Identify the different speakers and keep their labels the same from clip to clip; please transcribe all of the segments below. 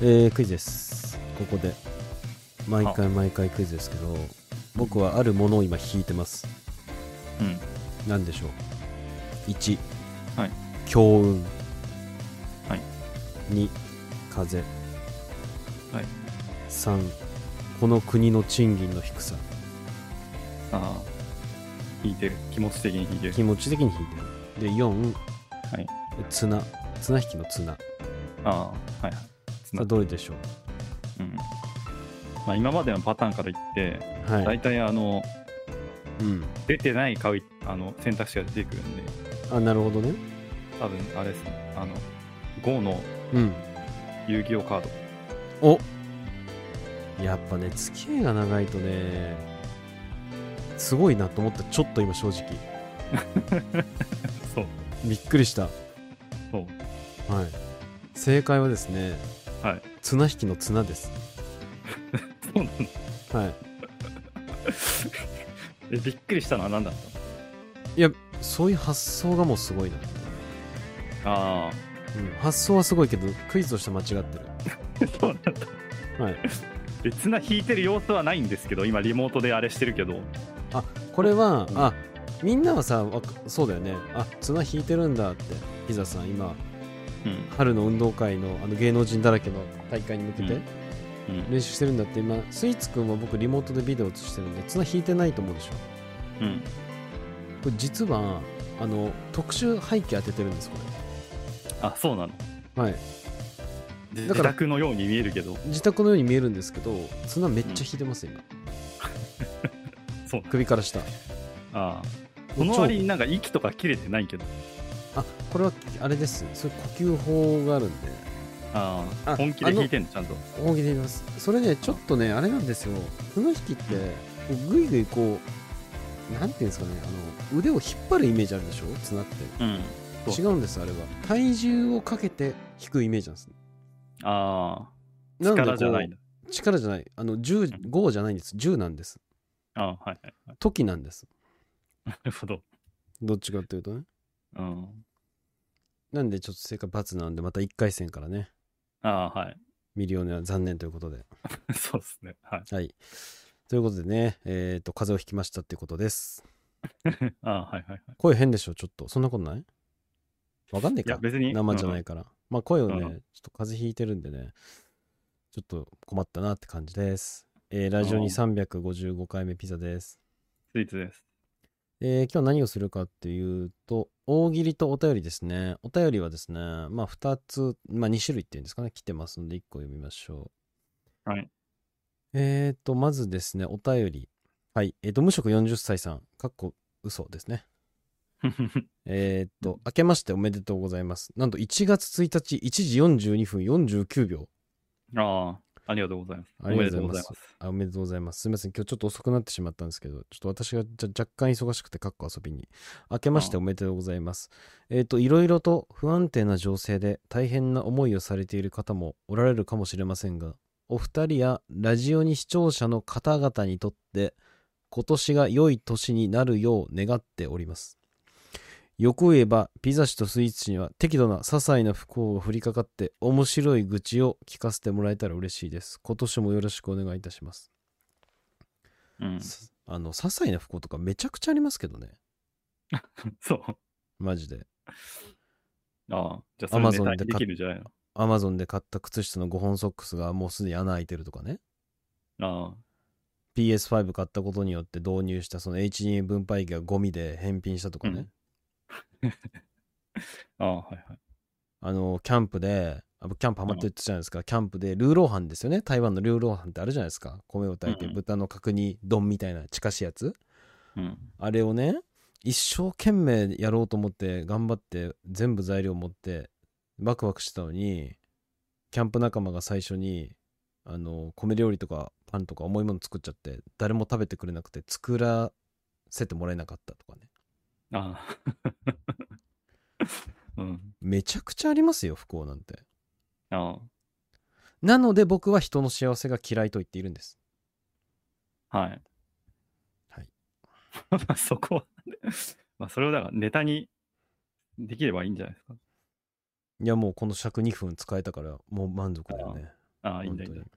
Speaker 1: えークイズですここで毎回毎回クイズですけど僕はあるものを今引いてます
Speaker 2: うん。
Speaker 1: 何でしょう1
Speaker 2: はい
Speaker 1: 強運
Speaker 2: はい
Speaker 1: 2風
Speaker 2: はい。
Speaker 1: 3この国の賃金の低さ
Speaker 2: ああ。引いてる。気持ち的に引いてる。
Speaker 1: 気持ち的に引いてるで4
Speaker 2: はい。
Speaker 1: 綱綱引きの綱
Speaker 2: ああ。はいはい。つ
Speaker 1: さ
Speaker 2: ま
Speaker 1: あ
Speaker 2: り
Speaker 1: どれでしょ
Speaker 2: うん。まあ、今までのパターンから言って、
Speaker 1: うはい、
Speaker 2: 大体あの、
Speaker 1: うん、
Speaker 2: 出てない買うあの選択肢が出てくるんで、
Speaker 1: あなるほどね
Speaker 2: 多分あれですね。あの、GO の
Speaker 1: うん
Speaker 2: 遊戯王カード。
Speaker 1: おやっぱね付き合いが長いとねすごいなと思ったちょっと今正直
Speaker 2: そう。
Speaker 1: びっくりした、は
Speaker 2: そう。
Speaker 1: い、正解はですね、
Speaker 2: はい、
Speaker 1: 綱引きの綱です
Speaker 2: そうなの
Speaker 1: はい
Speaker 2: え、びっくりしたのは何だっ
Speaker 1: いやそういう発想がもうすごいな、
Speaker 2: たのああ。
Speaker 1: うん、発想はすごいけどクイズとして間違って
Speaker 2: そうなんだ。
Speaker 1: る、はい、
Speaker 2: で、綱引いてる様子はないんですけど、今リモートであれしてるけど。
Speaker 1: あこれは、
Speaker 2: うん
Speaker 1: あみんなはさわかそうだよねあ綱引いてるんだってピザさん今
Speaker 2: うん。
Speaker 1: 春の運動会のあの芸能人だらけの大会に向けて、
Speaker 2: うんうん。
Speaker 1: 練習してるんだって今スイーツくんは僕リモートでビデオ映してるんで綱引いてないと思うでしょ
Speaker 2: うん。
Speaker 1: これ実はあの特殊背景当ててるんですこ
Speaker 2: あ、そうなの。
Speaker 1: れはい
Speaker 2: 自
Speaker 1: だから
Speaker 2: 宅のように見えるけど。
Speaker 1: 自宅のように見えるんですけど綱めっちゃ引いてます今
Speaker 2: そう。
Speaker 1: 首から下
Speaker 2: ああ。その割になんか息とか切れてないけど。
Speaker 1: あこれはあれですそれ呼吸法があるんで
Speaker 2: ああ。
Speaker 1: あ
Speaker 2: 本気で引いてんの、ちゃんと。
Speaker 1: 大喜利で言いますそれねちょっとねあれなんですよ綱引きってぐいぐいこうなんていうんですかねあの腕を引っ張るイメージあるでしょ綱って
Speaker 2: うん。そう
Speaker 1: 違うんですあれは体重をかけて引くイメージなんです
Speaker 2: ああ。
Speaker 1: なのでこ
Speaker 2: 力
Speaker 1: う
Speaker 2: じゃないんだ。
Speaker 1: 力じゃないあの銃5じゃないんです10なんです
Speaker 2: ああ、はいはい。
Speaker 1: 時なんです
Speaker 2: なるほど。
Speaker 1: どっちかっていうとね
Speaker 2: うん。
Speaker 1: なんでちょっと正解×なんでまた1回戦からね
Speaker 2: ああ、はい。
Speaker 1: ミリオネは残念ということで
Speaker 2: そうですね。はい。
Speaker 1: はいということでねえっ、と風邪をひきましたっていうことです
Speaker 2: ああ、はいはいはい。
Speaker 1: 声変でしょちょっとそんなことないわかんない
Speaker 2: いや、
Speaker 1: か
Speaker 2: 別に。
Speaker 1: 生じゃないから、まあ声をね、
Speaker 2: うん
Speaker 1: ちょっと風邪ひいてるんでねちょっと困ったなって感じですえーラジオに355回目ピザです
Speaker 2: うん。スイーツです。
Speaker 1: えー今日何をするかっていうと、大喜利とお便りですね。お便りはですね、まあ2つ、まあ2種類っていうんですかね、来てますので1個読みましょう。
Speaker 2: はい。
Speaker 1: えーと、まずですね、お便り。はい。えっ、と、無職40歳さん、かっこ嘘ですね。えーと、明けましておめでとうございます。なんと1月1日1時42分49秒。
Speaker 2: ああ、ありがとうございます。お
Speaker 1: あり
Speaker 2: め
Speaker 1: が
Speaker 2: で
Speaker 1: と
Speaker 2: と
Speaker 1: う
Speaker 2: う
Speaker 1: ご
Speaker 2: ご
Speaker 1: ざ
Speaker 2: ざ
Speaker 1: いま
Speaker 2: いますす。
Speaker 1: あ、おめでとうございます。すみません、今日ちょっと遅くなってしまったんですけど、ちょっと私がじゃ若干忙しくて、かっこ遊びに。明けましておめでとうございます。えっ、と、いろいろと不安定な情勢で大変な思いをされている方もおられるかもしれませんが、お二人やラジオに視聴者の方々にとって、今年が良い年になるよう願っております。よく言えば、ピザ氏とスイーツ氏には適度な些細な不幸が降りかかって、面白い愚痴を聞かせてもらえたら嬉しいです。今年もよろしくお願いいたします。
Speaker 2: うん。
Speaker 1: さあの、些細な不幸とかめちゃくちゃありますけどね。
Speaker 2: そう。
Speaker 1: マジで。
Speaker 2: ああ、じゃあ、それネ
Speaker 1: Amazon
Speaker 2: タ
Speaker 1: で
Speaker 2: にできるんじゃないの
Speaker 1: アマゾンで買った靴下の5本ソックスがもうすでに穴開いてるとかね。
Speaker 2: あ
Speaker 1: PS5 買ったことによって導入したその HDMI 分配器がゴミで返品したとかね。
Speaker 2: うんあ、ああ、はいはい。
Speaker 1: あの、キャンプで、あ僕キャンプハマってるって言ったじゃないですか。キャンプでルーローハンですよね。台湾のルーローハンってあるじゃないですか。米を炊いて
Speaker 2: うんうん
Speaker 1: 豚の角煮丼みたいな近しいやつ。
Speaker 2: うん。
Speaker 1: あれをね、一生懸命やろうと思って、頑張って、全部材料持って、ワクワクしてたのに、キャンプ仲間が最初に、あの、米料理とかパンとか重いもの作っちゃって、誰も食べてくれなくて、作らせてもらえなかったとかね。
Speaker 2: ああ。 うん。
Speaker 1: めちゃくちゃありますよ、不幸なんて。
Speaker 2: あ
Speaker 1: なので僕は人の幸せが嫌いと言っているんです。
Speaker 2: あ、はい。
Speaker 1: はい。
Speaker 2: まあ、そこは、まあ、それをだからネタにできればいいんじゃないですか。
Speaker 1: いや、もうこの尺2分使えたから、もう満足だよね。
Speaker 2: ああ、いいん
Speaker 1: 本
Speaker 2: だ、いい
Speaker 1: 当
Speaker 2: んだ
Speaker 1: に。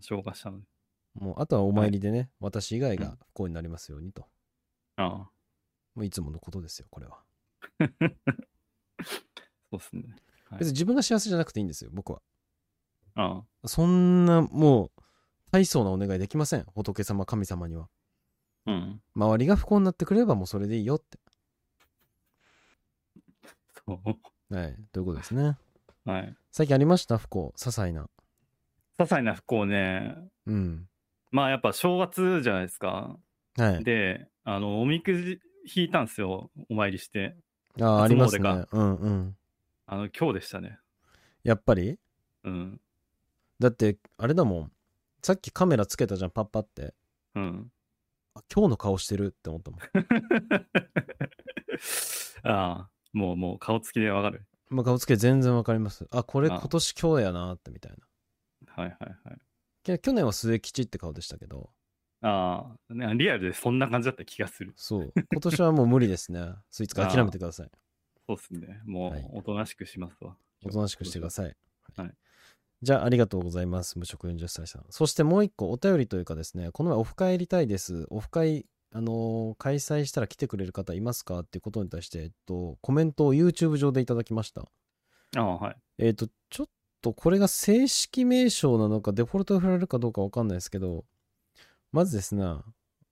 Speaker 2: 消化したので。
Speaker 1: もうあとはお参りでね、私以外
Speaker 2: う
Speaker 1: が
Speaker 2: ん
Speaker 1: 不幸になりますようにと、
Speaker 2: ああ、
Speaker 1: もういつものことですよこれは、
Speaker 2: そうっすね。はい
Speaker 1: 別に自分が幸せじゃなくていいんですよ僕は
Speaker 2: ああ、
Speaker 1: そんなもう大層なお願いできません仏様神様には
Speaker 2: うん。
Speaker 1: 周りが不幸になってくれればもうそれでいいよって
Speaker 2: そう。
Speaker 1: はいということですね
Speaker 2: はい。
Speaker 1: 最近ありました不幸些細な
Speaker 2: 些細な不幸ね。
Speaker 1: うん
Speaker 2: まあやっぱ正月じゃないですか。
Speaker 1: はい
Speaker 2: で、あの、おみくじ引いたんですよ。お参りして。
Speaker 1: あああります
Speaker 2: 初詣
Speaker 1: ねうんうん
Speaker 2: あの、今日でしたね。
Speaker 1: やっぱり
Speaker 2: うん。
Speaker 1: だってあれだもんさっきカメラつけたじゃんパッパって
Speaker 2: うん。
Speaker 1: あ今日の顔してるって思ったもん
Speaker 2: ああ、もうもう顔つきでわかる。
Speaker 1: まあ顔つけ全然わかりますあこれ
Speaker 2: あ
Speaker 1: 今年今日やなってみたいな
Speaker 2: はいはいはい。
Speaker 1: け去年は末吉って顔でしたけど
Speaker 2: ああ、ね、リアルでそんな感じだった気がする。
Speaker 1: そう 今年はもう無理ですねスイーツか諦めてください
Speaker 2: そうっすね。も、
Speaker 1: はいう
Speaker 2: おとなしくしますわ。
Speaker 1: おとなしくしてください、
Speaker 2: はい
Speaker 1: じゃあありがとうございます無職40歳さんそしてもう一個お便りというかですねこの前オフ会やりたいですオフ会あのー開催したら来てくれる方いますかっていうことに対して、えっと、コメントを YouTube 上でいただきました
Speaker 2: ああ、はい。
Speaker 1: えっ、と、ちょっとこれが正式名称なのか、デフォルトで振られるかどうかわかんないですけど、まずですね、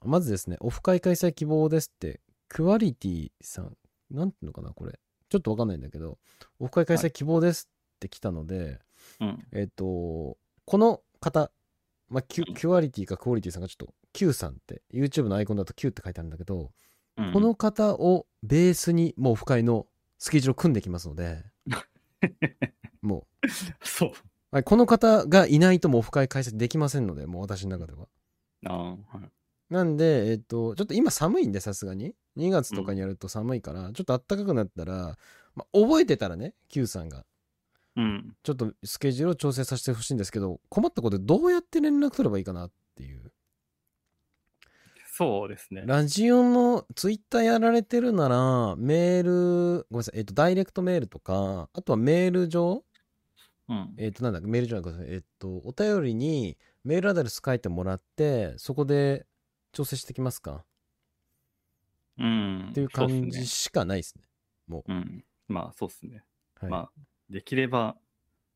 Speaker 1: まずですね、オフ会開催希望ですって、クワリティさん、なんていうのかな、これ。ちょっとわかんないんだけど、オフ会開催希望ですって来たので、
Speaker 2: うん。
Speaker 1: えっ、と、この方、まあ、キ
Speaker 2: うん
Speaker 1: ュキュアリティかクオリティさんがちょっと Q さんって、YouTube のアイコンだと Q って書いてあるんだけど、
Speaker 2: うん
Speaker 1: この、方をベースにもうオフ会のスケジュールを組んできますの で、もう
Speaker 2: そう。
Speaker 1: はい、この方がいないともうオフ会開催できませんので、もう私の中では。
Speaker 2: ああ、はい。
Speaker 1: なんで、えっと、ちょっと今寒いんで、さすがに。2月とかにやると寒いから、ちょっと暖かくなったら、まあ、覚えてたらね、Q さんが。
Speaker 2: うん。
Speaker 1: ちょっとスケジュールを調整させてほしいんですけど、困ったことでどうやって連絡取ればいいかなっていう。
Speaker 2: そうですね。
Speaker 1: ラジオのツイッターやられてるなら、メール、ごめんなさい、えっと、ダイレクトメールとか、あとはメール上、
Speaker 2: うん。
Speaker 1: えっ、と、なんだ、メールじゃなくて、えっ、と、お便りにメールアドレス書いてもらって、そこで調整してきますか
Speaker 2: うん。
Speaker 1: っていう
Speaker 2: そっす
Speaker 1: 感
Speaker 2: ね
Speaker 1: じしかないですね。
Speaker 2: うん。まあ、そうっすね。
Speaker 1: はい
Speaker 2: まあ、できれば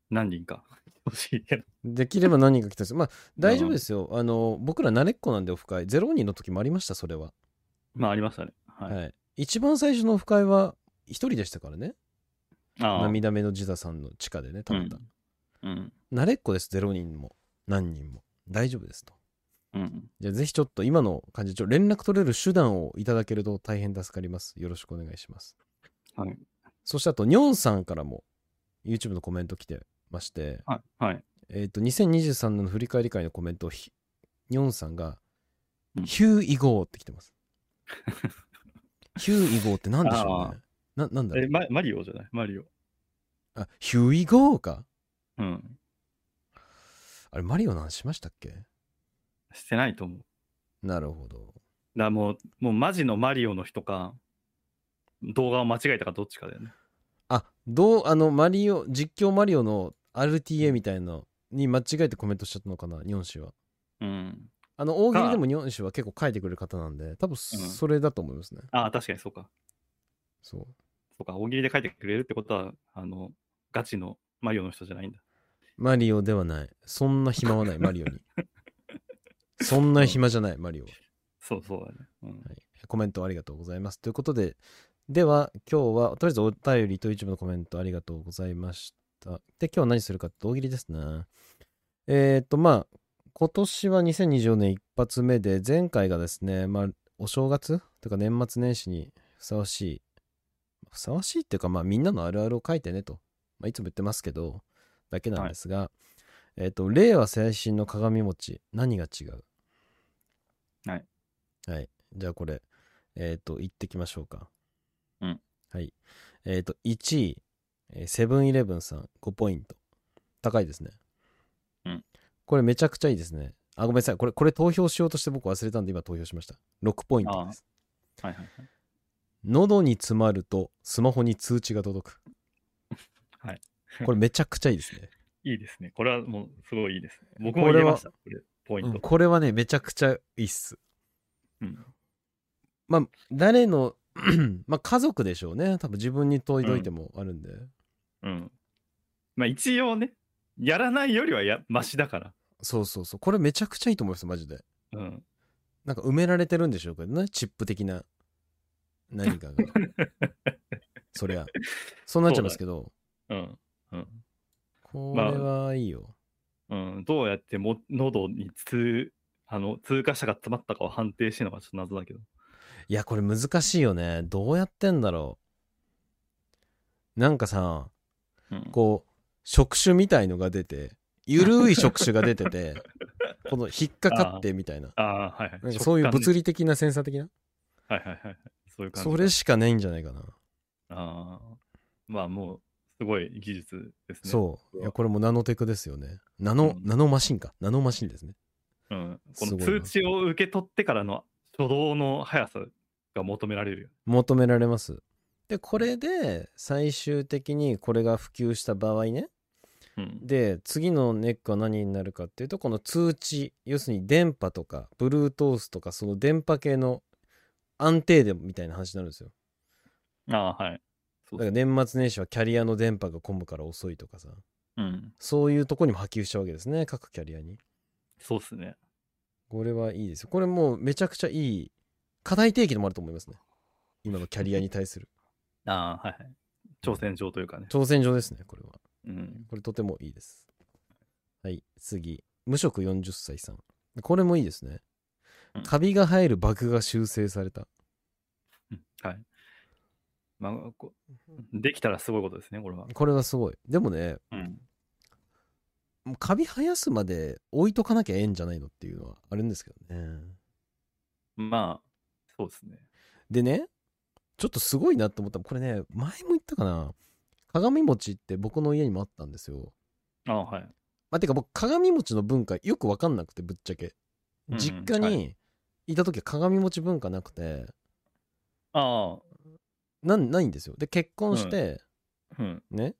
Speaker 2: 何人か 欲しいけど。
Speaker 1: できれば何人か来たんです まあ、大丈夫ですよ。あの、僕ら慣れっこなんでオフ会。ゼロ人の時もありました、それは。
Speaker 2: まあ、ありましたね。はい。
Speaker 1: はい。一番最初のオフ会は、一人でしたからね。
Speaker 2: ああ。
Speaker 1: 涙目のジザさんの地下でね、食べた。
Speaker 2: うん。
Speaker 1: 慣れっこです、ゼロ人も。何人も。大丈夫ですと。
Speaker 2: うん。
Speaker 1: じゃあ、ぜひちょっと今の感じ、ちょっと連絡取れる手段をいただけると大変助かります。よろしくお願いします。
Speaker 2: はい。
Speaker 1: そしてあと、ニョンさんからも YouTube のコメント来てまして、
Speaker 2: はい。はい。
Speaker 1: えっ、と、2023年の振り返り会のコメントをひ、ニョンさんが
Speaker 2: う、ん
Speaker 1: ヒューイゴーって来てます。ヒューイゴーって何でしょうね。な、なんだろ
Speaker 2: え
Speaker 1: う。
Speaker 2: マ、マリオじゃないマリオ。
Speaker 1: あ、ヒューイゴーか。
Speaker 2: うん。
Speaker 1: あれ、マリオなんしましたっけ
Speaker 2: してないと思う。
Speaker 1: なるほど。
Speaker 2: だからもう、もうマジのマリオの人か、動画を間違えたかどっちかだよね。
Speaker 1: あ、どう、あの、マリオ、実況マリオの RTA みたいのに間違えてコメントしちゃったのかな、ニョン氏は。
Speaker 2: うん。
Speaker 1: あの、大喜利でもニョン氏は結構書いてくれる方なんで、多分それだと思いますね。
Speaker 2: ああ、確かにそうか。
Speaker 1: そう。
Speaker 2: そうか。大喜利で書いてくれるってことは、あの、ガチのマリオの人じゃないんだ。
Speaker 1: マリオではない。そんな暇はない、マリオに。そんな暇じゃない、マリオは。
Speaker 2: そうそうだね。うん。
Speaker 1: はい、コメントありがとうございます。ということで、では、今日は、とりあえずお便りと YouTube のコメントありがとうございました。で、今日は何するかって大喜利ですね。えっ、と、まあ、今年は2024年一発目で、前回がですね、まあ、お正月というか年末年始にふさわしい、ふさわしいっていうか、まあ、みんなのあるあるを書いてねと、まあ、いつも言ってますけど、だけなんですが、えっ、と、令和最新の鏡餅、何が違う
Speaker 2: はい。
Speaker 1: はい。じゃあこれ、えっ、と、言ってきましょうか。
Speaker 2: うん。
Speaker 1: はい。えっ、と、1位、えーセブンイレブンさん5ポイント。高いですね。
Speaker 2: うん。
Speaker 1: これめちゃくちゃいいですね。あ、ごめんなさい。これ、これ投票しようとして僕忘れたんで今投票しました。6ポイントです。
Speaker 2: はいはい
Speaker 1: 喉に詰まるとスマホに通知が届く。
Speaker 2: はい。
Speaker 1: これめちゃくちゃいいですね。
Speaker 2: いいですね。これはもうすごいいいですね。僕
Speaker 1: こ
Speaker 2: も
Speaker 1: れは
Speaker 2: 入れました。これポイ
Speaker 1: う
Speaker 2: ン
Speaker 1: ん
Speaker 2: ト。
Speaker 1: これはね、めちゃくちゃいいっす。
Speaker 2: うん
Speaker 1: まあ、誰の、 まあ家族でしょうね。多分自分に問いどいてもあるんで。
Speaker 2: うん。まあ一応ね、やらないよりはやマシだから。
Speaker 1: そうそうそう。これめちゃくちゃいいと思います、マジで。
Speaker 2: うん。
Speaker 1: なんか埋められてるんでしょうけどね、チップ的な何 かが。そりゃ、そうなっちゃいますけど、
Speaker 2: うん。うん。
Speaker 1: こ
Speaker 2: だね
Speaker 1: れはいいよ。
Speaker 2: うん、どうやっても喉に通あの通過者が詰まったかを判定してるのがちょっと謎だけど。
Speaker 1: いや、これ難しいよね。どうやってんだろう。なんかさ、
Speaker 2: うん、
Speaker 1: こう、触手みたいのが出て、ゆるい触手が出てて、 この引っかかってみたいな。
Speaker 2: ああー、はいはい。
Speaker 1: なんかそういう
Speaker 2: 食感
Speaker 1: 物
Speaker 2: ね。
Speaker 1: 理的なセンサー的な
Speaker 2: はいはいはいはい。そういう感じ。
Speaker 1: それしかないんじゃないかな。
Speaker 2: ああ。まあもう、すごい技術ですね。
Speaker 1: そう。いや、これもナノテクですよね。ナノ、
Speaker 2: うん
Speaker 1: ナノマシンか。ナノマシンですね。
Speaker 2: う。ん、こ
Speaker 1: す
Speaker 2: の
Speaker 1: ごい
Speaker 2: 通
Speaker 1: な
Speaker 2: 知を受け取ってからの初動の速さが求められるよ。
Speaker 1: 求められますでこれで最終的にこれが普及した場合ね
Speaker 2: うん。
Speaker 1: で次のネックは何になるかっていうとこの通知要するに電波とか Bluetooth とかその電波系の安定でみたいな話になるんですよ
Speaker 2: ああ、はい。
Speaker 1: だか
Speaker 2: そうそう
Speaker 1: ら年末年始はキャリアの電波が混むから遅いとかさ
Speaker 2: うん。
Speaker 1: そういうとこにも波及しちゃうわけですね各キャリアに
Speaker 2: そうっすね。
Speaker 1: これはいいですよこれもうめちゃくちゃいい課題提起でもあると思いますね今のキャリアに対する
Speaker 2: ああ、はいはい。挑戦状というかね。
Speaker 1: 挑戦状ですねこれは
Speaker 2: うん。
Speaker 1: これとてもいいです。はい、次。無職40歳さん。これもいいですね
Speaker 2: うん。
Speaker 1: カビが入るバグが修正された。
Speaker 2: うんはい。まあ、こできたらすごいことですね、これは。
Speaker 1: これはすごい。でもね、
Speaker 2: うん。
Speaker 1: もうカビ生やすまで置いとかなきゃええんじゃないのっていうのはあるんですけどね。
Speaker 2: まあ、そうですね。
Speaker 1: でね、ちょっとすごいなと思ったのこれね、前も言ったかな。鏡餅って僕の家にもあったんですよ。
Speaker 2: ああはい。
Speaker 1: まあ、てか僕、鏡餅の文化よくわかんなくて、ぶっちゃけ。
Speaker 2: うん
Speaker 1: 実家
Speaker 2: は
Speaker 1: にいた時は鏡餅文化なくて、
Speaker 2: あ
Speaker 1: なんないんですよで結婚して、
Speaker 2: あ、うん。
Speaker 1: ね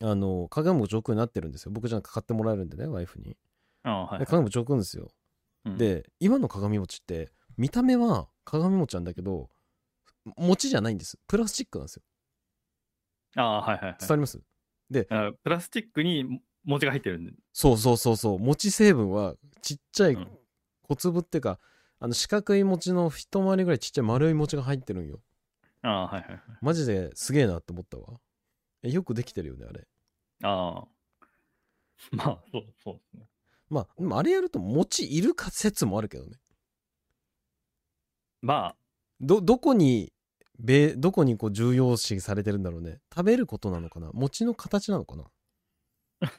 Speaker 1: あの鏡餅置くようになってるんですよ僕じゃなくて買ってもらえるんでねワイフに
Speaker 2: ああ、はい
Speaker 1: で。鏡餅置くんですよ、
Speaker 2: うん、
Speaker 1: で今の鏡餅って見た目は鏡餅なんだけど餅じゃないんですプラスチックなんですよ
Speaker 2: ああ、はいはい、はい
Speaker 1: 伝わります、
Speaker 2: あー。プラスチックに文字が入ってるんで。
Speaker 1: そうそうそうそう餅成分はちっちゃい
Speaker 2: うん
Speaker 1: 小粒っていうか、あの四角い餅の一回りぐらいちっちゃい丸い餅が入ってるんよ
Speaker 2: ああ、はいはいはい。
Speaker 1: マジですげえなって思ったわえよくできてるよねあれ
Speaker 2: ああ。まあ、そうそうですね。
Speaker 1: まあでもあれやると餅いるか説もあるけどね
Speaker 2: ま
Speaker 1: どどこにべどこにこう重要視されてるんだろうね食べることなのかな餅の形なのかな
Speaker 2: あ、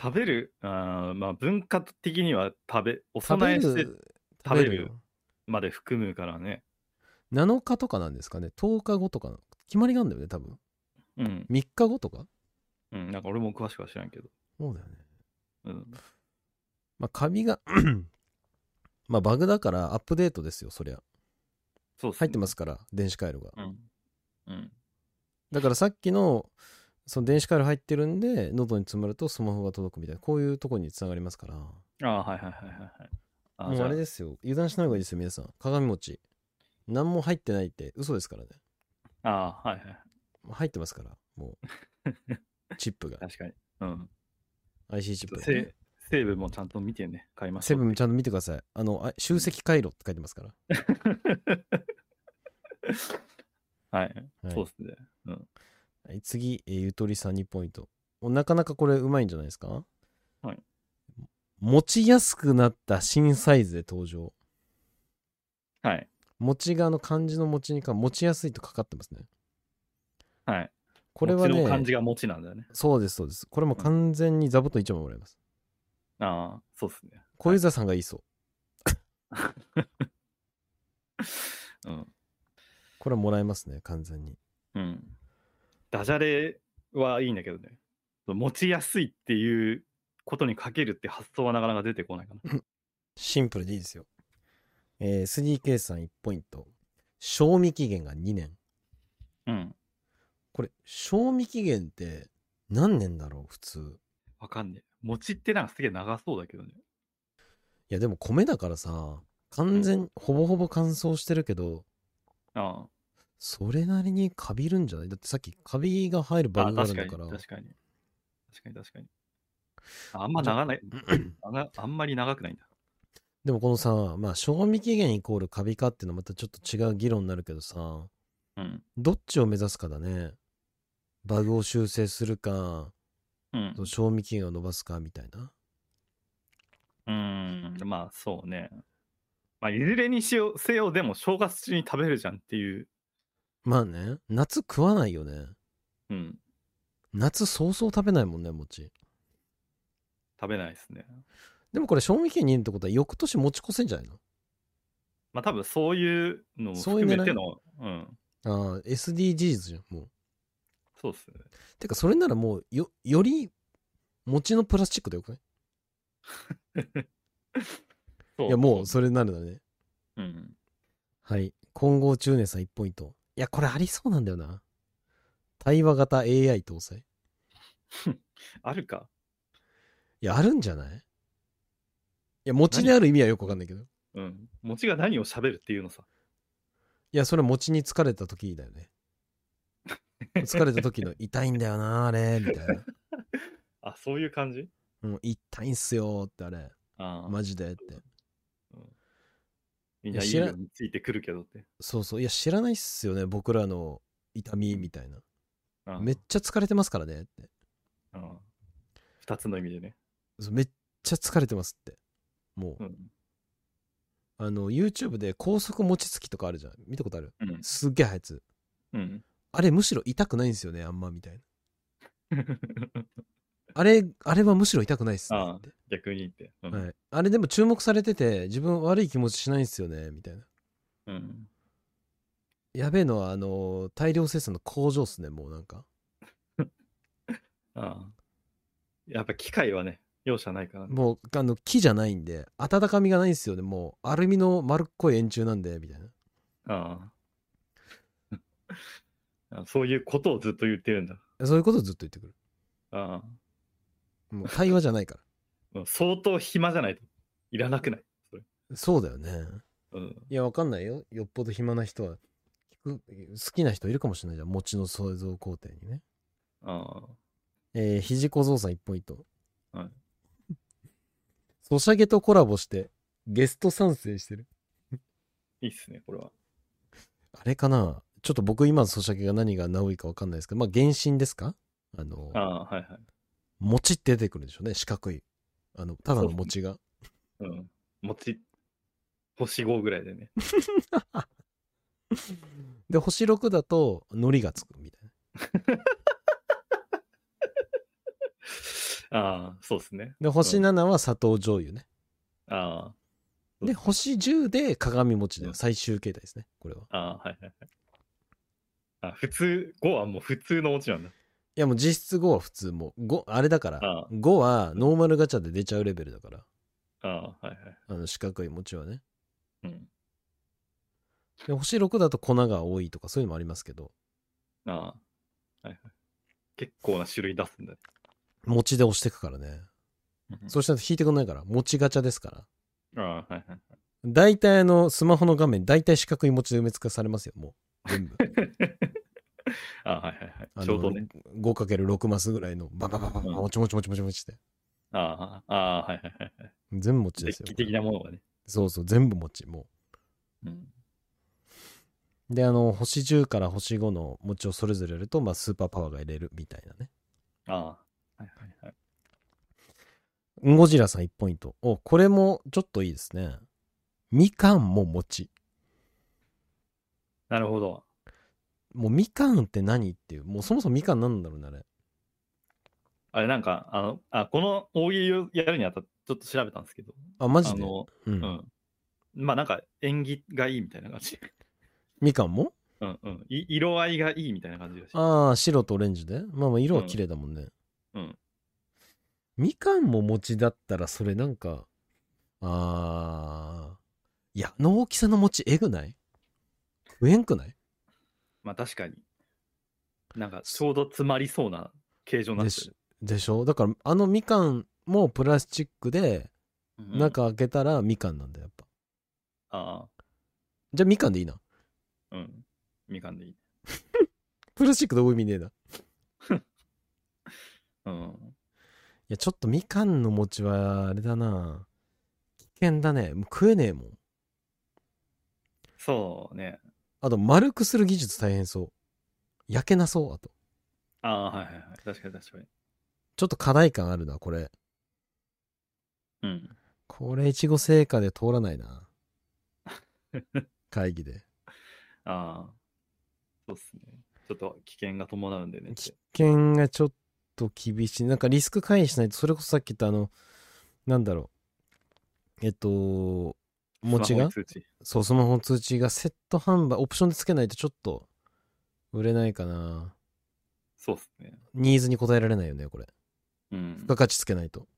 Speaker 2: 食べる、あーまあ、文化的には食べ、お
Speaker 1: 食
Speaker 2: 供
Speaker 1: べ
Speaker 2: えして
Speaker 1: る
Speaker 2: 食べる
Speaker 1: よ
Speaker 2: まで含むからね。
Speaker 1: 7日とかなんですかね10日後とかな決まりがあるんだよね多分
Speaker 2: うん。
Speaker 1: 3日後とか
Speaker 2: うん。なんか俺も詳しくは知らんけど。
Speaker 1: そうだよね
Speaker 2: うん。
Speaker 1: まあカビが まあバグだからアップデートですよそりゃ
Speaker 2: そうっすね。。
Speaker 1: 入ってますすから電子回路が
Speaker 2: うん。うん。
Speaker 1: だからさっきのその電子回路入ってるんで喉に詰まるとスマホが届くみたいなこういうとこにつながりますから
Speaker 2: ああ、はいはいはいはいはい。あー
Speaker 1: も
Speaker 2: じ
Speaker 1: う
Speaker 2: ゃ
Speaker 1: あ
Speaker 2: あ
Speaker 1: れですよ油断しない方がいいですよ皆さん鏡餅何も入ってないって嘘ですからね
Speaker 2: ああ、はいはい。
Speaker 1: もう入ってますからも うチップが
Speaker 2: 確かに。うん。
Speaker 1: IC チップが、
Speaker 2: せ成分もちゃんと見てね、買いまし
Speaker 1: セ
Speaker 2: ょう
Speaker 1: ブンちゃんと見てくださいあのあ集積回路って書いてますから、
Speaker 2: はい。
Speaker 1: はい
Speaker 2: そうっすね。
Speaker 1: はい次、えーゆとりさん2ポイントおなかなかこれうまいんじゃないですか
Speaker 2: はい
Speaker 1: 持ちやすくなった新サイズで登場
Speaker 2: はい。
Speaker 1: 持ちがあの漢字の持ちにか持ちやすいとかかってますね
Speaker 2: はい。
Speaker 1: これは
Speaker 2: 餅の漢字
Speaker 1: ね
Speaker 2: が餅なんだよね。
Speaker 1: そうですそうですこれも完全に座布団1枚もらえます
Speaker 2: ああ、そうっすね。
Speaker 1: 小遊三さんがいいそう
Speaker 2: うん。
Speaker 1: これはもらえますね完全に
Speaker 2: うん。ダジャレはいいんだけどね。持ちやすいっていうことにかけるって発想はなかなか出てこないかな。
Speaker 1: シンプルでいいですよ。えー、3K さん1ポイント。賞味期限が2年。
Speaker 2: うん。
Speaker 1: これ、賞味期限って何年だろう、普通。
Speaker 2: わかんねえ。餅ってなんかすげえ長そうだけどね。
Speaker 1: いや、でも米だからさ、完全、ほぼほぼ乾燥してるけど、
Speaker 2: あ
Speaker 1: それなりにカビるんじゃないだってさっきカビが入る
Speaker 2: あ
Speaker 1: 場
Speaker 2: あ
Speaker 1: 合がある
Speaker 2: 確
Speaker 1: ん
Speaker 2: か
Speaker 1: だ
Speaker 2: に、
Speaker 1: か
Speaker 2: 確
Speaker 1: ら。
Speaker 2: かに。確かに、確かに。ああんま長ない。あがあんまり長くないんだ。
Speaker 1: でもこのさ、まあ、賞味期限イコールカビかっていうのはまたちょっと違う議論になるけどさ、
Speaker 2: うん。
Speaker 1: どっちを目指すかだね。バグを修正するか、
Speaker 2: うん。
Speaker 1: 賞味期限を伸ばすかみたいな。
Speaker 2: うーん、まあそうね。まあ、いずれにしようせよでも正月中に食べるじゃんっていう。
Speaker 1: まあね、夏食わないよね。
Speaker 2: うん。
Speaker 1: 夏そうそう食べないもんね、餅。
Speaker 2: 食べないですね。
Speaker 1: でもこれ賞味期限にいるってことは翌年持ち越せんじゃないの
Speaker 2: まあ多分そういうのを
Speaker 1: そうい
Speaker 2: 含
Speaker 1: う狙い
Speaker 2: めての、うん。
Speaker 1: ああ、SDGs じゃん、もう。
Speaker 2: そうっすね。
Speaker 1: てか、それならもう、よ、より、餅のプラスチックでよくない
Speaker 2: そ
Speaker 1: いや、もう、それなるだね。
Speaker 2: う。うん。
Speaker 1: はい。混合中年さん1ポイント。いや、これありそうなんだよな。対話型 AI 搭載。
Speaker 2: あるか。
Speaker 1: いや、あるんじゃないいや、餅にある意味はよくわかんないけど。い
Speaker 2: うん。餅が何を喋るっていうのさ。
Speaker 1: や、それは餅に疲れた時だよね。疲れた時 の痛いんだよな、あれ、みたいな。
Speaker 2: あ、そういう感じ
Speaker 1: うん、痛いんすよってあれ、
Speaker 2: ああ。
Speaker 1: マジでって。
Speaker 2: みんないい
Speaker 1: 知ら
Speaker 2: ようについてくるけどって。
Speaker 1: そうそう、いや、知らないっすよね、僕らの痛みみたいな。
Speaker 2: うん
Speaker 1: めっちゃ疲れてますからねって。
Speaker 2: うん。二つの意味でね。
Speaker 1: そうめっちゃ疲れてますって。もう
Speaker 2: う、ん。
Speaker 1: あの、YouTube で高速餅つきとかあるじゃん。見たことある
Speaker 2: うん。
Speaker 1: すっげえ速いやつ。
Speaker 2: うん。
Speaker 1: あれむしろ痛くないんですよね、あんまみたいな。あれ、あれはむしろ痛くないっすねって。
Speaker 2: 逆に言って。うん。
Speaker 1: はい、あれでも注目されてて自分悪い気持ちしないんですよねみたいな
Speaker 2: うん
Speaker 1: やべえのはあのー大量生産の工場っすねもうなんか
Speaker 2: ああやっぱ機械はね、容赦ないからね。
Speaker 1: もうあの木じゃないんで温かみがないんですよねもうアルミの丸っこい円柱なんでみたいな
Speaker 2: あ ああそういうことをずっと言ってるんだ。
Speaker 1: そういうことをずっと言ってくる
Speaker 2: あ
Speaker 1: もう対話じゃないか
Speaker 2: あうん相当暇じゃないといらなくないそれ、
Speaker 1: らそうだよね
Speaker 2: うん、
Speaker 1: いやわかんないよよっぽど暇な人は聞く好きな人いるかもしれないじゃん餅の創造工程にね
Speaker 2: あ
Speaker 1: えー、肘小僧さん1ポイント
Speaker 2: はい
Speaker 1: ソシャゲとコラボしてゲスト参戦してる
Speaker 2: いいっすね、これは。
Speaker 1: あれかなちょっと僕今のソシャゲが何がナウイかわかんないですけど、まあ原神ですかあの、
Speaker 2: ああ、はいはい。
Speaker 1: 餅って出てくるんでしょうね、四角い。あの、ただの餅が。
Speaker 2: うん。餅、星5ぐらいでね。
Speaker 1: で、星6だと海苔がつくみたいな。
Speaker 2: ああ、そうっすね。
Speaker 1: で、星
Speaker 2: うん
Speaker 1: 7は砂糖醤油ね。
Speaker 2: あうん
Speaker 1: で、星10で鏡餅だよ。
Speaker 2: うん
Speaker 1: 最終形態ですね、これは。
Speaker 2: あ、ああ、はいはいはい。あ普通、5はもう普通のオチなんだ。
Speaker 1: いや、もう実質5は普通もう、5、あれだから、
Speaker 2: う
Speaker 1: 5はノーマルガチャで出ちゃうレベルだから、
Speaker 2: ああ、はいはい。
Speaker 1: あの四角い餅はね。
Speaker 2: うん。
Speaker 1: で、星6だと粉が多いとかそういうのもありますけど、
Speaker 2: ああ、はいはい。結構な種類出すんだね。
Speaker 1: 餅で押してくからね。そうしたら引いてくんないから、餅ガチャですから。
Speaker 2: ああ、はいはい。
Speaker 1: 大体あの、スマホの画面、大体四角い餅で埋め尽くされますよ、もう。全部。
Speaker 2: あはいはいは
Speaker 1: あ
Speaker 2: い。ちょうど
Speaker 1: の
Speaker 2: ね。
Speaker 1: 5×6 マスぐらいの、ババババババ、
Speaker 2: うん
Speaker 1: もちもちもちもちもちって。
Speaker 2: ああ、ああはいはいはいはい。
Speaker 1: 全部餅で
Speaker 2: デ
Speaker 1: す
Speaker 2: ッ
Speaker 1: よ
Speaker 2: キ。的なものがね。
Speaker 1: そうそう、全部餅、も
Speaker 2: うん。
Speaker 1: う。で、あの、星10から星5の餅をそれぞれやると、まあ、スーパーパワーが得れるみたいなね。
Speaker 2: ああ、はいはいはい。
Speaker 1: ゴジラさん1ポイント。お、これもちょっといいですね。みかんも餅。
Speaker 2: なるほど。
Speaker 1: もうみかんって何っていう。もうそもそもみかんなんだろうね、あれ。
Speaker 2: あれなんか、あの、あこの大喜利をやるにあたってちょっと調べたんですけど、
Speaker 1: あ、マ
Speaker 2: あ
Speaker 1: ジで。
Speaker 2: の、
Speaker 1: う。
Speaker 2: うんん。まあなんか縁起がいいみたいな感じ。
Speaker 1: みかんも
Speaker 2: うんうん。い色合いがいいみたいな感じだしい。
Speaker 1: ああ、白とオレンジで。まあまあ、色は綺麗だもんね。
Speaker 2: うん。
Speaker 1: みかんも餅だったら、それなんか、ああ、いや、あの大きさの餅、えぐない食えんくない
Speaker 2: まあ確かに。なんかちょうど詰まりそうな形状にな
Speaker 1: で
Speaker 2: って
Speaker 1: し
Speaker 2: る。
Speaker 1: でしょだからあのみかんもプラスチックで
Speaker 2: うん
Speaker 1: 中開けたらみかんなんだよやっぱ
Speaker 2: あ
Speaker 1: じゃあみかんでいいな
Speaker 2: あ、うん。みかんでいい。
Speaker 1: プラスチックどういう意味ねえない
Speaker 2: うん。
Speaker 1: やちょっとみかんの餅はあれだな危険だねもう食えねえもん
Speaker 2: そうね。
Speaker 1: あと丸くする技術大変そう焼けなそうあと
Speaker 2: ああ、はいはいはい。確かに確かに。
Speaker 1: ちょっと課題感あるなこれ
Speaker 2: うん。
Speaker 1: これいちご製菓で通らない な会議で
Speaker 2: ああ。そうっすね。ちょっと危険が伴うんでねって
Speaker 1: 危険がちょっと厳しいなんかリスク回避しないとそれこそさっき言ったあのなんだろうえっと餅
Speaker 2: スマホ
Speaker 1: が
Speaker 2: に通知
Speaker 1: そうスマホの通知がセット販売オプションでつけないとちょっと売れないかな
Speaker 2: そうっすね。
Speaker 1: ニーズに応えられないよねこれ
Speaker 2: うん
Speaker 1: 付。加価値つけないと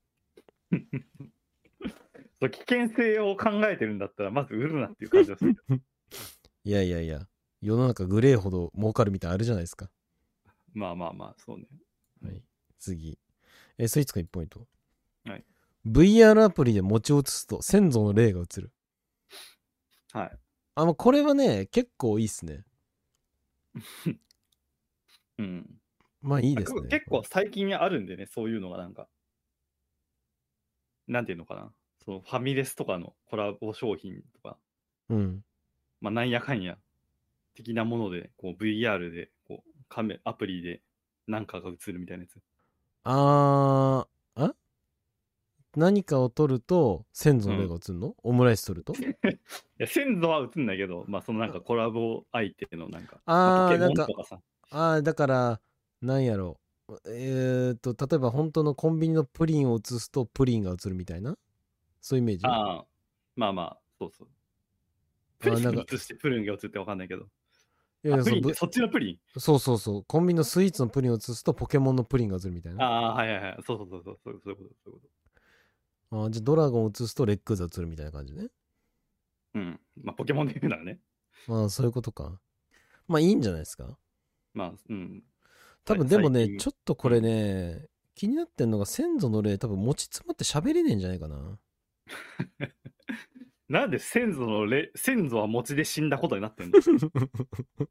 Speaker 2: そう危険性を考えてるんだったら、まず売るなっていう感じがするけど。
Speaker 1: いやいやいや世の中グレーほど儲かるみたいあるじゃないですか
Speaker 2: まあまあまあ、そうね。
Speaker 1: はい次えスイーツくん1ポイント
Speaker 2: はい
Speaker 1: VR アプリで持ち移すと先祖の霊が移る
Speaker 2: はい。
Speaker 1: あもうこれはね結構いいっすね
Speaker 2: うん。
Speaker 1: まあいいですね
Speaker 2: あ結構最近あるんでね、そういうのがなんか、なんていうのかな、そのファミレスとかのコラボ商品とか、
Speaker 1: うん
Speaker 2: まあ、なんやかんや的なもので、こう VR でこうカメ、アプリでなんかが映るみたいなやつ。
Speaker 1: あー、あ何かを取ると先祖の霊が映るの、オムライス取 ると
Speaker 2: いや、先祖は映んないけど、まあ、そのなんかコラボ相手のなんか、
Speaker 1: あー
Speaker 2: まポケモンとかさ、
Speaker 1: ああ、だから、なんやろう。えー、っと、例えば本当のコンビニのプリンを映すとプリンが映るみたいなそういうイメージ
Speaker 2: ああ、まあまあ、そうそう。プリン
Speaker 1: なんか
Speaker 2: が映して、プリンが映ってわかんないけど、
Speaker 1: いやいや
Speaker 2: あプ
Speaker 1: そ
Speaker 2: リ
Speaker 1: う
Speaker 2: ンって
Speaker 1: ぶ
Speaker 2: そっちのプリ
Speaker 1: そうそうそう。コンビニのスイーツのプリンを映すとポケモンのプリンが映るみたい
Speaker 2: ン
Speaker 1: な。あ
Speaker 2: ああ、はいはいはい、そうそうそうそう、そういうこと、そういうこと。
Speaker 1: ーじゃあドラゴンを映すとレッグーザ映るみたいな感じね。
Speaker 2: うん。まあ、ポケモンで言うならね。
Speaker 1: ああ、そういうことか。まあいいんじゃないですか。
Speaker 2: まあ、うん。
Speaker 1: 多分でも
Speaker 2: 最
Speaker 1: ね、
Speaker 2: 近
Speaker 1: ちょっとこれね、気になってんのが先祖の霊多分持ち詰まって喋れねえんじゃないかな。
Speaker 2: なんで先祖のれ、先祖は餅で死んだことになってんの
Speaker 1: い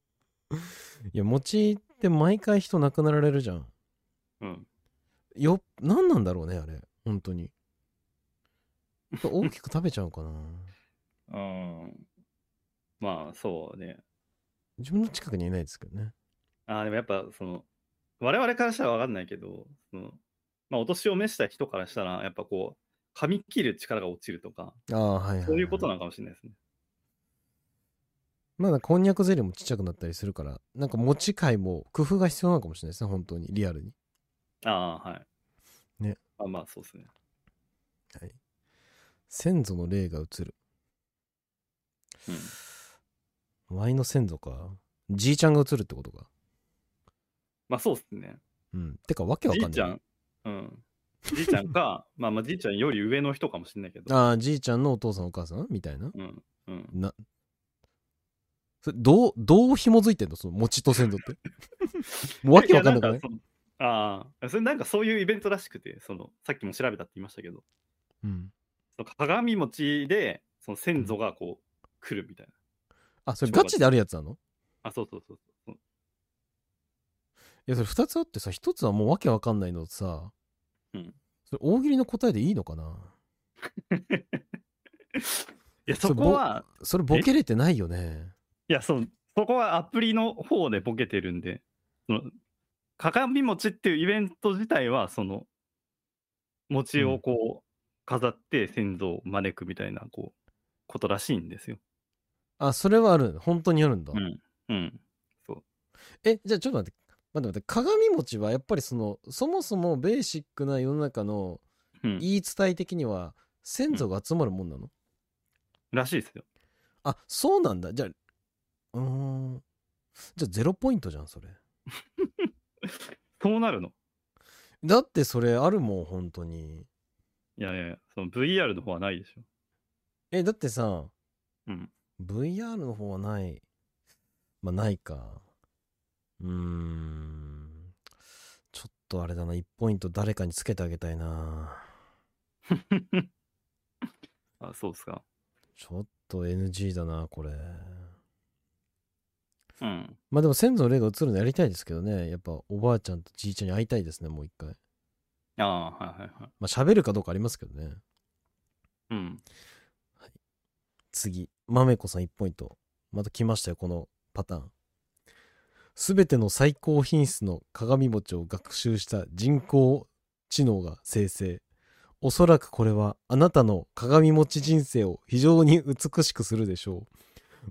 Speaker 1: や餅って毎回人亡くなられるじゃん
Speaker 2: うん。
Speaker 1: よ何なんだろうねあれ本当に大きく食べちゃうかな
Speaker 2: うん。まあ、そうね。
Speaker 1: 自分の近くにはいないですけどね
Speaker 2: ああ、でもやっぱ、その、我々からしたらわかんないけど、その、まあ、お年を召した人からしたら、やっぱこう、噛み切る力が落ちるとか、
Speaker 1: ああはいはい、
Speaker 2: そういうこと
Speaker 1: な
Speaker 2: なのかもしれないですね。
Speaker 1: まだこんにゃくゼリーもちっちゃくなったりするからなんか餅界も工夫が必要なのかもしれないですね本当にリアルに
Speaker 2: ああ、はい。
Speaker 1: ね。
Speaker 2: あまあ、そうですね。
Speaker 1: 先祖の霊が映る
Speaker 2: うん。
Speaker 1: ワイの先祖かじいちゃんが映るってことか
Speaker 2: まあ、そうですね。
Speaker 1: うんてかわけわ
Speaker 2: じ
Speaker 1: か
Speaker 2: い
Speaker 1: ん
Speaker 2: ちゃ
Speaker 1: ない
Speaker 2: ん、うん。じいちゃんか、 まあまあ、じいちゃんより上の人かもしれないけど、
Speaker 1: ああじいちゃんのお父さんお母さんみたいな
Speaker 2: うん。うん。
Speaker 1: な、それどう、どう紐づいてんのその餅と鮮度って。 もうわけわかんなくない
Speaker 2: やんかそのああ、それなんかそういうイベントらしくて、そのさっきも調べたって言いましたけど、
Speaker 1: うん。
Speaker 2: その鏡餅でその先祖がこう来るみたいな。
Speaker 1: あ、それガチであるやつなのい
Speaker 2: あ、そうそうそうそう。
Speaker 1: や、それ二つあってさ、一つはもうわけわかんないのとさ、
Speaker 2: うん
Speaker 1: それ大喜利の答えでいいのかない
Speaker 2: や、そこは、
Speaker 1: それボケれてないよね。
Speaker 2: いや、そのそこはアプリの方でボケてるんで、その鏡餅っていうイベント自体は、その餅をこう飾って先祖を招くみたいなこうことらしいんですよ。
Speaker 1: あ、それはある。本当にあるんだ。
Speaker 2: うん。うん。
Speaker 1: え、じゃあちょっと待って。待って待って。鏡餅はやっぱりその、そもそもベーシックな世の中の
Speaker 2: うん、
Speaker 1: 言い伝え的には、先祖が集まるもんなの
Speaker 2: らしいですよ。
Speaker 1: あそうなんだじゃあうーんじゃあゼロポイントじゃんそれ
Speaker 2: そうなるの
Speaker 1: だってそれあるもん本当に
Speaker 2: いやいやいや、その VR の方はないでしょ。
Speaker 1: えだってさ
Speaker 2: うん。
Speaker 1: VR の方はないまあないかうーんちょっとあれだな、1ポイント誰かにつけてあげたいな。
Speaker 2: あ、そうですか。
Speaker 1: ちょっと NG だな、これ。
Speaker 2: うん。
Speaker 1: まあでも先祖の霊が映るのやりたいですけどね。やっぱおばあちゃんとじいちゃんに会いたいですね、もう一回。
Speaker 2: ああ、はいはいはい。
Speaker 1: まあ喋るかどうかありますけどね。
Speaker 2: うん。
Speaker 1: 次、まめこさん1ポイント。また来ましたよ、このパターン。すべての最高品質の鏡餅を学習した人工知能が生成。おそらくこれはあなたの鏡餅人生を非常に美しくするでしょ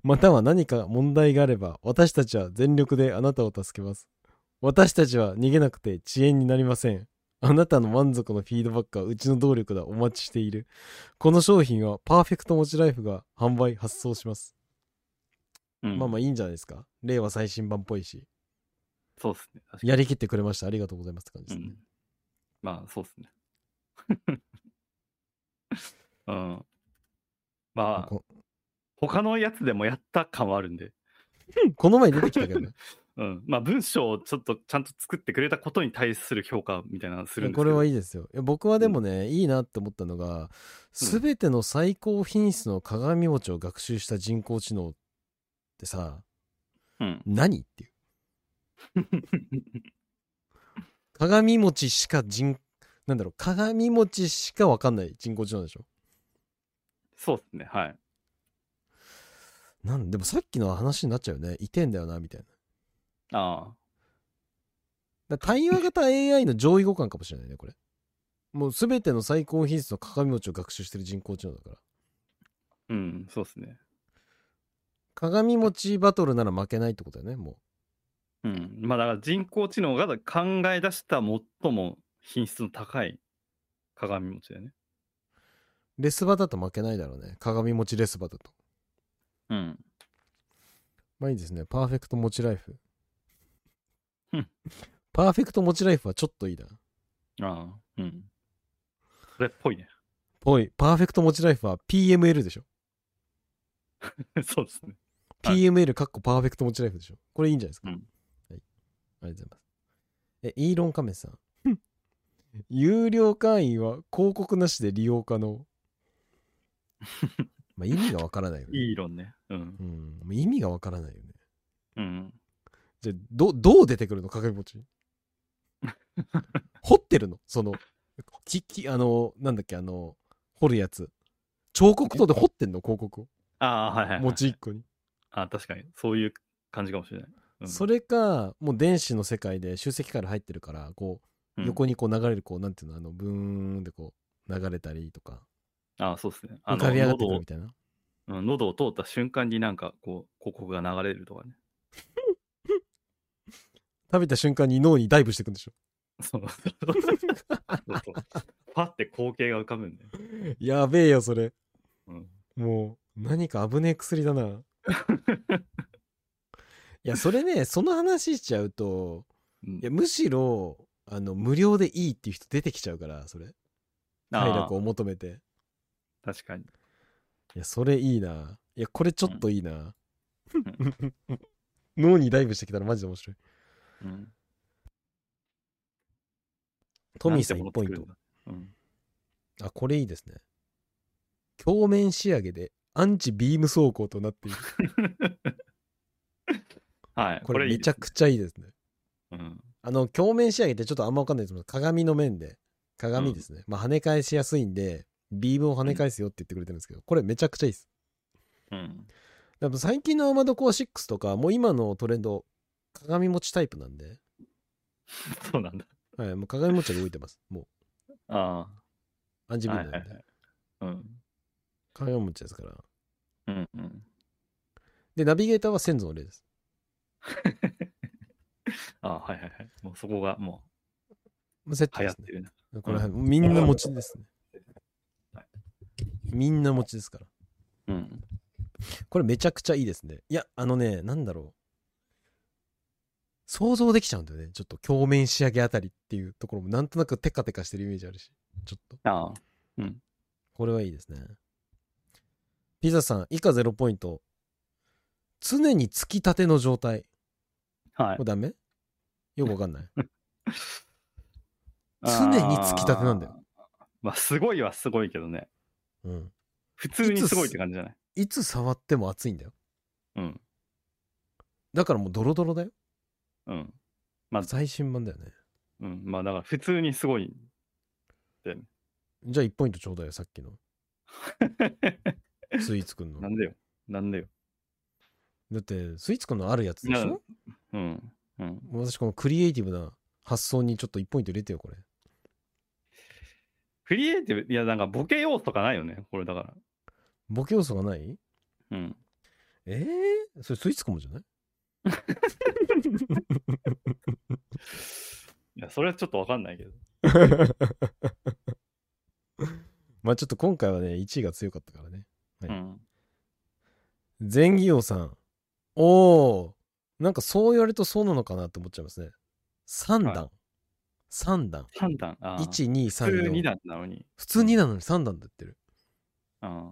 Speaker 1: う。または何か問題があれば私たちは全力であなたを助けます。私たちは逃げなくて遅延になりません。あなたの満足のフィードバックはうちの動力だ。お待ちしている。この商品はパーフェクト持ちライフが販売発送します。
Speaker 2: うん、
Speaker 1: まあま
Speaker 2: あ、
Speaker 1: あいいんじゃないですか。令和最新版っぽいし。
Speaker 2: そうですね。確か
Speaker 1: やりきってくれました。ありがとうございますって感じ
Speaker 2: に。
Speaker 1: です
Speaker 2: う
Speaker 1: ね。
Speaker 2: ん、まあ、そうですね。 うん。まあ、
Speaker 1: こ
Speaker 2: 他のやつでもやった感はあるんで。
Speaker 1: この前出てきたけどね。
Speaker 2: うん。まあ、文章をちょっとちゃんと作ってくれたことに対する評価みたいなの するんですけ
Speaker 1: こ
Speaker 2: ど。
Speaker 1: れはいいですよ。いや僕はでもね、いいなって思ったのが、すべての最高品質の鏡餅を学習した人工知能ってさ、
Speaker 2: うん。
Speaker 1: 何っていう。 鏡餅しか人、なんだろう、鏡餅しかわかんない人工知能でしょ。
Speaker 2: そうですね。はい。
Speaker 1: なんでもさっきの話になっちゃうよね。いてんだよな、みたいな。
Speaker 2: あ
Speaker 1: だから対話型 AI の上位互換かもしれないね、これ。もう全ての最高品質の鏡餅を学習してる人工知能だから。
Speaker 2: あ。うん。そうですね。
Speaker 1: 鏡餅バトルなら負けないってことだよね、もう。
Speaker 2: うん。まあ、だから人工知能が考え出した最も品質の高い鏡餅だよね。
Speaker 1: レスバだと負けないだろうね。鏡餅レスバだと。
Speaker 2: うん。
Speaker 1: まあいいですね。パーフェクト餅ライフ
Speaker 2: うん。
Speaker 1: パーフェクト餅ライフはちょっといいな。
Speaker 2: ああ。うん。それっぽいね。
Speaker 1: ぽい。パーフェクト餅ライフは PML でしょ。
Speaker 2: そうですね。はい
Speaker 1: PML かっこパーフェクト餅ライフでしょ。これいいんじゃないですか。
Speaker 2: うん
Speaker 1: はい。ありがとうございます。え、イーロンカメさん。 有料会員は広告なしで利用可 能。まあ意味がわからないよね。
Speaker 2: いい論ね。うん。
Speaker 1: うん。もう意味がわからないよね。
Speaker 2: うん。
Speaker 1: じゃあ、ど、どう出てくるの鏡餅。 掘ってるのその、き、き、あの、なんだっけ、あの、掘るやつ。彫刻刀で掘ってんの広告を。
Speaker 2: ああ、はいはい、はい。
Speaker 1: 餅一個に。
Speaker 2: あ確かに。そういう感じかもしれない。うん、
Speaker 1: それか、もう電子の世界で集積から入ってるから、こ
Speaker 2: う
Speaker 1: う、
Speaker 2: ん
Speaker 1: 横にこう流れる、こう、なんていうの、あの、ブーンでこう、流れたりとか、
Speaker 2: あそうですね。あ
Speaker 1: 浮
Speaker 2: の
Speaker 1: かび上がって
Speaker 2: 喉
Speaker 1: くる
Speaker 2: を
Speaker 1: み、たいな。
Speaker 2: うん、喉を通った瞬間になんかこう、広告が流れるとかね。
Speaker 1: 食べた瞬間に脳にダイブしてくんで しょ。
Speaker 2: そうそうそうそうパッて光景が浮かぶんだよ。
Speaker 1: やべえよ、それ。
Speaker 2: うん、
Speaker 1: もう、何か危ねえ薬 だな。いや、それね、その話しちゃうと、
Speaker 2: うん
Speaker 1: いやむしろあの無料でいいっていう人出てきちゃうからそれ
Speaker 2: あ
Speaker 1: 快
Speaker 2: ー
Speaker 1: 楽を求めて
Speaker 2: 確かに。
Speaker 1: いやそれいいないやこれちょっといいな、
Speaker 2: う
Speaker 1: 脳にダイブしてきたらマジで面白い
Speaker 2: うん、
Speaker 1: トミーさん
Speaker 2: な
Speaker 1: 1
Speaker 2: て
Speaker 1: ポイ
Speaker 2: 戻
Speaker 1: ン
Speaker 2: ってく
Speaker 1: ト
Speaker 2: るんだ。うん、
Speaker 1: あこれいいですね鏡面仕上げでアンチビーム走行とな っている
Speaker 2: はい。
Speaker 1: これ
Speaker 2: いい
Speaker 1: め
Speaker 2: で
Speaker 1: ち
Speaker 2: す
Speaker 1: ゃくちゃいいですね
Speaker 2: うん。
Speaker 1: あの鏡面仕上げってちょっとあんま分かんないですけど鏡の面で鏡ですね、まあ跳ね返しやすいんでビームを跳ね返すよって言ってくれてるんですけどこれめちゃくちゃいいです
Speaker 2: うん。
Speaker 1: でも最近のアーマードコア6とかもう今のトレンド鏡持ちタイプなんで、
Speaker 2: そうなんだ。
Speaker 1: はい、もう鏡持ちで動いてますも
Speaker 2: あ
Speaker 1: うアンジ
Speaker 2: あ。
Speaker 1: ビー
Speaker 2: は
Speaker 1: ム
Speaker 2: い
Speaker 1: なん
Speaker 2: は
Speaker 1: で、
Speaker 2: いはい。うん。
Speaker 1: 鏡持ちですから
Speaker 2: うんうん。
Speaker 1: でナビゲーターは先祖の例です
Speaker 2: ああ、はいはいはい。もうそこがも
Speaker 1: もうセッ
Speaker 2: う
Speaker 1: ト
Speaker 2: 流
Speaker 1: で
Speaker 2: 行っ
Speaker 1: す
Speaker 2: て
Speaker 1: ね
Speaker 2: るな。
Speaker 1: これはみんな持ちですね
Speaker 2: はい
Speaker 1: みんな持ちですから
Speaker 2: うん。
Speaker 1: これめちゃくちゃいいですねいやあのねなんだろう想像できちゃうんだよねちょっと鏡面仕上げあたりっていうところもなんとなくテカテカしてるイメージあるしちょっと
Speaker 2: ああ。
Speaker 1: これはいいですね。ピザさん、以下0ポイント。常に突きたての状態。
Speaker 2: はい
Speaker 1: これ。ダメよくわかんない。常に突き立てなんだよ
Speaker 2: あー。まあ、すごいはすごいけどね。
Speaker 1: うん。
Speaker 2: 普通にすごいって感じじゃない
Speaker 1: いつ触っても熱いんだよ。
Speaker 2: うん。
Speaker 1: だからもうドロドロだよ。
Speaker 2: うん。
Speaker 1: 最新版だよね。
Speaker 2: うん。まあ、だから普通にすごい。
Speaker 1: じゃあ1ポイントちょうだいよ、さっ きの。スイーツくんの
Speaker 2: な。んだよ。なんだよ。
Speaker 1: だって、スイーツくんのあるやつでし
Speaker 2: な
Speaker 1: ょ
Speaker 2: うん。うん。
Speaker 1: 私このクリエイティブな発想にちょっと1ポイント入れてよ、これ。
Speaker 2: クリエイティブ、いや、なんかボケ要素とかないよね。これだか
Speaker 1: ボケ要素がない
Speaker 2: ら。うん。
Speaker 1: えー、それスイーツくんもじ ゃない
Speaker 2: いや、それはちょっとわかんないけど。
Speaker 1: まあちょっと今回はね、1位が強かったからね。
Speaker 2: う
Speaker 1: はい
Speaker 2: ん。
Speaker 1: 善義王さん。おー、なんかそう言われるとそうなのかなって思っちゃいますね。3
Speaker 2: は
Speaker 1: 段。三3段。
Speaker 2: 判断。あー
Speaker 1: 1、2、
Speaker 2: 普通
Speaker 1: 3、
Speaker 2: 2
Speaker 1: 4。
Speaker 2: 段なのに。
Speaker 1: 普通2段なのに3段って言ってる。
Speaker 2: うん。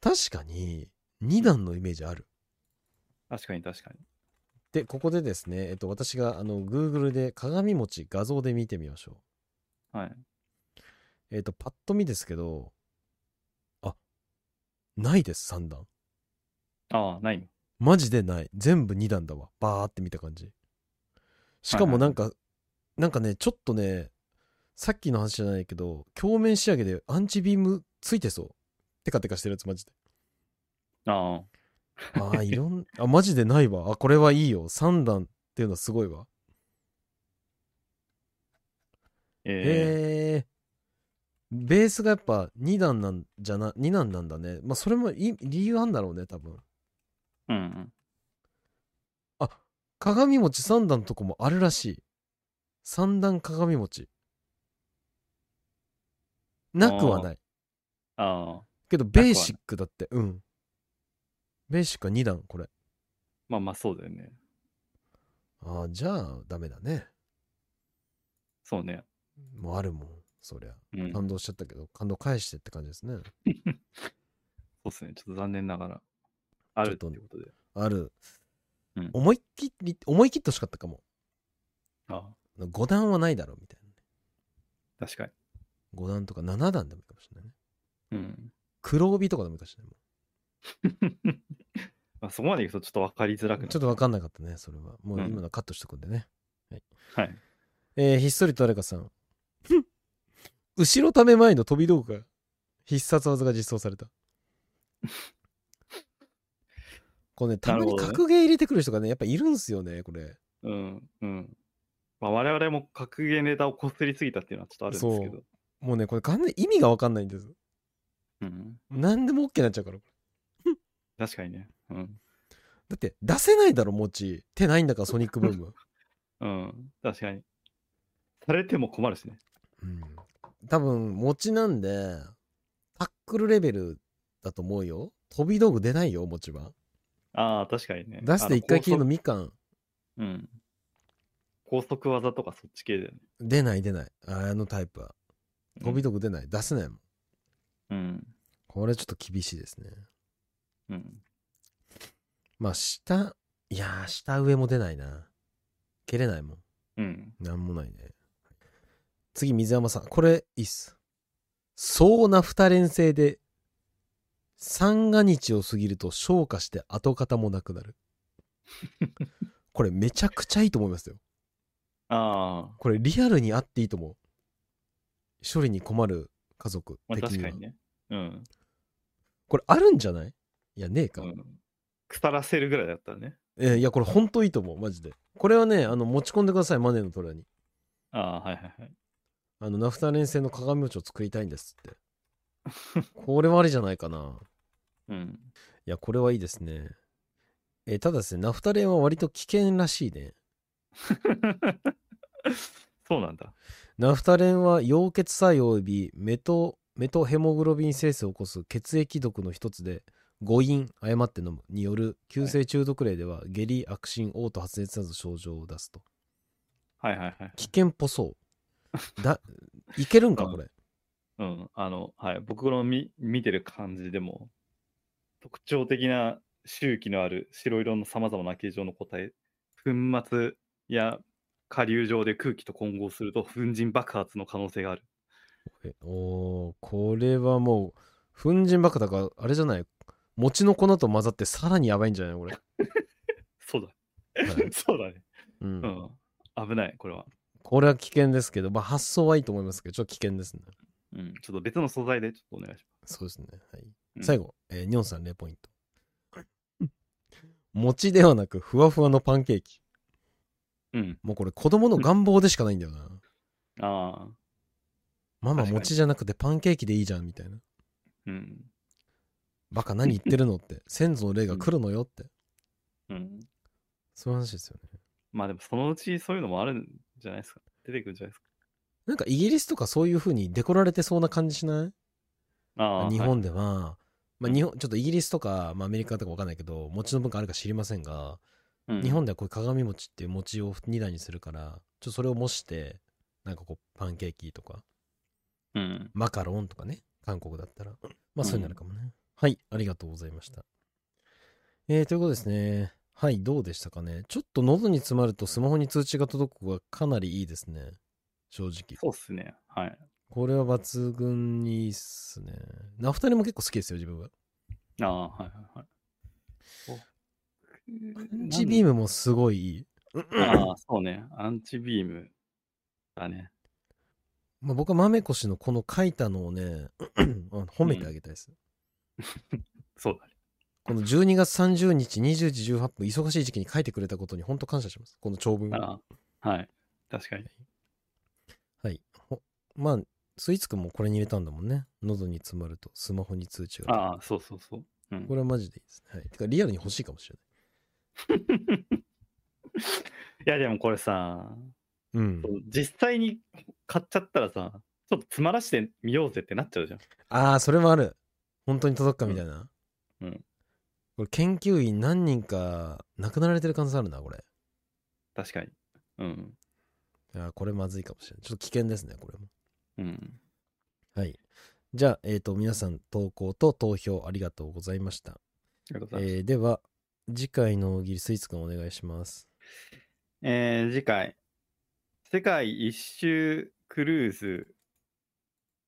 Speaker 1: 確かに、2段のイメージある。
Speaker 2: 確かに確かに。
Speaker 1: で、ここでですね、えっと、私が、あの、Google で鏡餅画像で見てみましょ
Speaker 2: はい。
Speaker 1: う。えっと、パッと見ですけど、あ、ないです、3段。
Speaker 2: ああ、ない。
Speaker 1: マジでない。全部2段だわ。バーって見た感じ。しかもなんか、なんかね、ちょっとね、さっきの話じゃないけど、鏡面仕上げでアンチビームついてそう。テカテカしてるやつマジで。
Speaker 2: ああ。
Speaker 1: ああ、いろん、あ、マジでないわ。あ、これはいいよ。3段っていうのはすごいわ。
Speaker 2: え
Speaker 1: へえ。ベースがやっぱ2段なんじゃな、2段なんだね。まあそれもい理由あんだろうね、多分。
Speaker 2: えうんうん。
Speaker 1: 鏡餅3段のとこもあるらしい。3段鏡餅。なくはない。
Speaker 2: ああ。
Speaker 1: けど、ベーシックだって、うん。ベーシックは2段、これ。
Speaker 2: まあまあ、そうだよね。
Speaker 1: ああ、じゃあ、ダメだね。
Speaker 2: そうね。
Speaker 1: もうあるもん、そりゃ。
Speaker 2: うん。そ
Speaker 1: 感動しちゃったけど、感動返してって感じですね。
Speaker 2: うですね。ちょっと残念ながら。あるっていうことで。
Speaker 1: ある。
Speaker 2: うん
Speaker 1: 思いっきり、思い切ってほしかったかも。
Speaker 2: ああ。
Speaker 1: 5段はないだろ、みたいな。
Speaker 2: 確か
Speaker 1: 5段とか7段でもいいかもしれないね。
Speaker 2: に。うん。
Speaker 1: 黒帯とかでもいいかもしれない。
Speaker 2: まあ、そこまでいくとちょっと分かりづらくな
Speaker 1: ちょっと分かんなかったね、それは。もう
Speaker 2: うん
Speaker 1: 今のはカットしとくんでね。
Speaker 2: はい。
Speaker 1: えーひっそりと誰かさん。 後ろため前の飛び道具が必殺技が実装された。これね、たまに
Speaker 2: なるほどね
Speaker 1: 格ゲー入れてくる人がね、やっぱいるんすよね、これ。
Speaker 2: うん。うん。まあ、我々も格ゲーネタをこすりすぎたっていうのはちょっとあるんですけ
Speaker 1: そ
Speaker 2: ど。
Speaker 1: もうね、これ完全に意味が分かんないんです。
Speaker 2: うん。
Speaker 1: 何でも OK になっちゃうから。これ
Speaker 2: 確かにね。うん。
Speaker 1: だって、出せないだろ、餅。手ないんだから、ソニックブーム。
Speaker 2: うん。確かに。されても困るしね。
Speaker 1: うん。多分、餅なんで、タックルレベルだと思うよ。飛び道具出ないよ、餅は。
Speaker 2: ああ、確かにね。
Speaker 1: 出して一回きりの
Speaker 2: あ
Speaker 1: みかん。
Speaker 2: 高速うん。高速技とかそっち系だよね。
Speaker 1: 出ない出ない。あのタイプは。
Speaker 2: うん
Speaker 1: 飛び道具出ない。出せないもん。
Speaker 2: うん。
Speaker 1: これちょっと厳しいですね。
Speaker 2: うん。
Speaker 1: まあ、下、いやー、下上も出ないな。蹴れないもん。
Speaker 2: うん。
Speaker 1: なんもないね。次、水山さん。これ、いいっす。そうな二連制で、三が日を過ぎると消化して跡形もなくなる。これめちゃくちゃいいと思いますよ。
Speaker 2: ああ、
Speaker 1: これリアルにあっていいと思う。処理に困る家族
Speaker 2: まあ、
Speaker 1: 的
Speaker 2: 確
Speaker 1: に
Speaker 2: か
Speaker 1: は
Speaker 2: に。ね。うん。
Speaker 1: これあるんじゃないいやねえか、
Speaker 2: うん腐らせるぐらいだったらね。
Speaker 1: えーいやこれほんといいと思うマジでこれはねあの持ち込んでくださいマネーのトラに
Speaker 2: ああ、はいはいはい。
Speaker 1: あのナフタ連戦の鏡餅を作りたいんですってこれはありじゃないかな
Speaker 2: うん。
Speaker 1: いやこれはいいですねえーただですねナフタレンは割と危険らしいね
Speaker 2: そうなんだ。
Speaker 1: ナフタレンは溶血作用及びメトメトヘモグロビン生成を起こす血液毒の一つで誤飲誤って飲むによる急性中毒例では下痢悪心嘔吐発熱などの症状を出すと
Speaker 2: はいはいはい。
Speaker 1: 危険っぽそう。だ、いけるんか、
Speaker 2: うん
Speaker 1: これ。
Speaker 2: うん。あの、はい。僕の見見てる感じでも、特徴的な周期のある白色のさまざまな形状の個体、粉末や下流上で空気と混合すると粉塵爆発の可能性がある。
Speaker 1: えおーこれはもう粉塵爆弾があれじゃない餅の粉と混ざってさらにやばいんじゃないこれ、
Speaker 2: そうだ。
Speaker 1: はい
Speaker 2: そうだね。
Speaker 1: うん
Speaker 2: うん。危ない、これは。
Speaker 1: これは危険ですけど、まあ、発想はいいと思いますけどちょっと危険ですね
Speaker 2: うん。ちょっと別の素材でちょっとお願いします。
Speaker 1: そうですね、はい
Speaker 2: うん
Speaker 1: 最後、えー、ニョンさん0ポイント餅ではなくふわふわのパンケーキ
Speaker 2: うん。
Speaker 1: もうこれ子供の願望でしかないんだよな、
Speaker 2: ああ。
Speaker 1: ママ
Speaker 2: 確かに
Speaker 1: 餅じゃなくてパンケーキでいいじゃんみたいな
Speaker 2: うん。
Speaker 1: バカ何言ってるのって先祖の霊が来るのよって、
Speaker 2: うん。
Speaker 1: そういう話ですよね
Speaker 2: まあでもそのうちそういうのもあるんじゃないですか。出てくるんじゃないです
Speaker 1: なんかイギリスとかそういう風にデコられてそうな感じしない
Speaker 2: か。ああ。
Speaker 1: 日
Speaker 2: はい
Speaker 1: 本では、ま
Speaker 2: う
Speaker 1: あ、
Speaker 2: ん
Speaker 1: 日本ちょっとイギリスとか、まあ、アメリカとかわかんないけど餅の文化あるか知りませんが、
Speaker 2: うん
Speaker 1: 日本ではこういう鏡餅っていう餅を2段にするからちょっとそれを模してなんかこうパンケーキとか
Speaker 2: うん。
Speaker 1: マカロンとかね韓国だったらまあそういうのあるかもね、はいありがとうございましたえー、ということですねはいどうでしたかねちょっと喉に詰まるとスマホに通知が届くのがかなりいいですね正直
Speaker 2: そうっすね。はい。
Speaker 1: これは抜群にいいっすねなお二人も結構好きですよ自分は
Speaker 2: ああ、はいはいはい。お
Speaker 1: アンチビームもすごいいい、
Speaker 2: ああ、そうね。アンチビームだね。
Speaker 1: まあ、僕は豆こしのこの書いたのをね あの褒めてあげたいです、
Speaker 2: そうだね。
Speaker 1: この12月30日20時18分忙しい時期に書いてくれたことに本当感謝しますこの長文は
Speaker 2: ああはい。確かに。
Speaker 1: いほまあスイーツくんもこれに入れたんだもんね喉に詰まるとスマホに通知が
Speaker 2: ああ、そうそうそう。うん
Speaker 1: これはマジでいいですね、はい、てかリアルに欲しいかもしれ
Speaker 2: いや、でもこれさ、
Speaker 1: ないうん
Speaker 2: 実際に買っちゃったらさ、ちょっと詰まらしてみようぜってなっちゃうじゃん。
Speaker 1: ああそれもある本当に届くかみたいな
Speaker 2: うんうん
Speaker 1: これ研究員何人か亡くなられてる可能性あるなこれ
Speaker 2: 確かに。うん。
Speaker 1: あーこれまずいかもしれないちょっと危険ですねこれも
Speaker 2: うん。
Speaker 1: はい。じゃあ、えっ、と、皆さん投稿と投票ありがとうございました。
Speaker 2: ありがとうございます。
Speaker 1: えーでは、次回の大喜利スイーツくんお願いします。
Speaker 2: えー次回、世界一周クルーズ、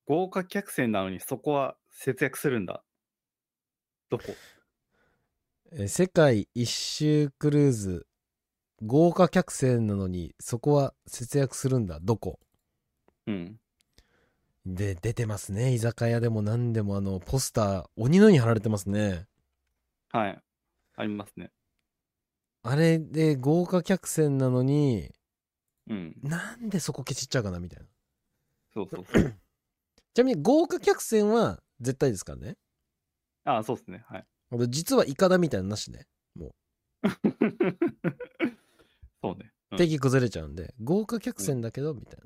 Speaker 2: 豪華客船なのにそこは節約するんだ。どこ
Speaker 1: えー世界一周クルーズ、豪華客船なのに、そこは節約するんだ、どこ
Speaker 2: うん。
Speaker 1: で、出てますね。居酒屋でも何でも、あの、ポスター、鬼のように貼られてますね。
Speaker 2: はい。ありますね。
Speaker 1: あれで、豪華客船なのに、
Speaker 2: うん。
Speaker 1: なんでそこケチっちゃうかな、みたいな。
Speaker 2: そうそう そう。
Speaker 1: ちなみに、豪華客船は絶対ですからね。
Speaker 2: ああ、そうですね。はい。
Speaker 1: あの実はイカダみたいなのなしね。
Speaker 2: そうね。うん
Speaker 1: 定義崩れちゃうんで、豪華客船だけどみたい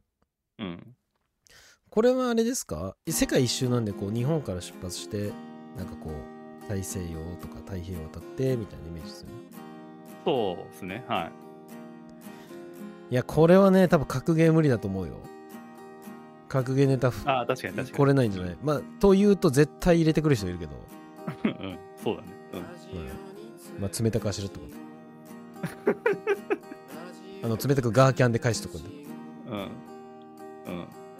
Speaker 1: な
Speaker 2: うん。
Speaker 1: これはあれですか世界一周なんでこう日本から出発してなんかこう大西洋とか太平洋渡ってみたいなイメージですよね
Speaker 2: そうですね。はい。
Speaker 1: いやこれはね多分格ゲー無理だと思うよ格ゲーネタふ
Speaker 2: ああ、確かに確かに。
Speaker 1: これないんじゃないまあというと絶対入れてくる人いるけど、
Speaker 2: うん。そうだね。
Speaker 1: うんまあ冷たく走るってこと あの冷たくガーキャンで返すとこで
Speaker 2: うん。うん。うん。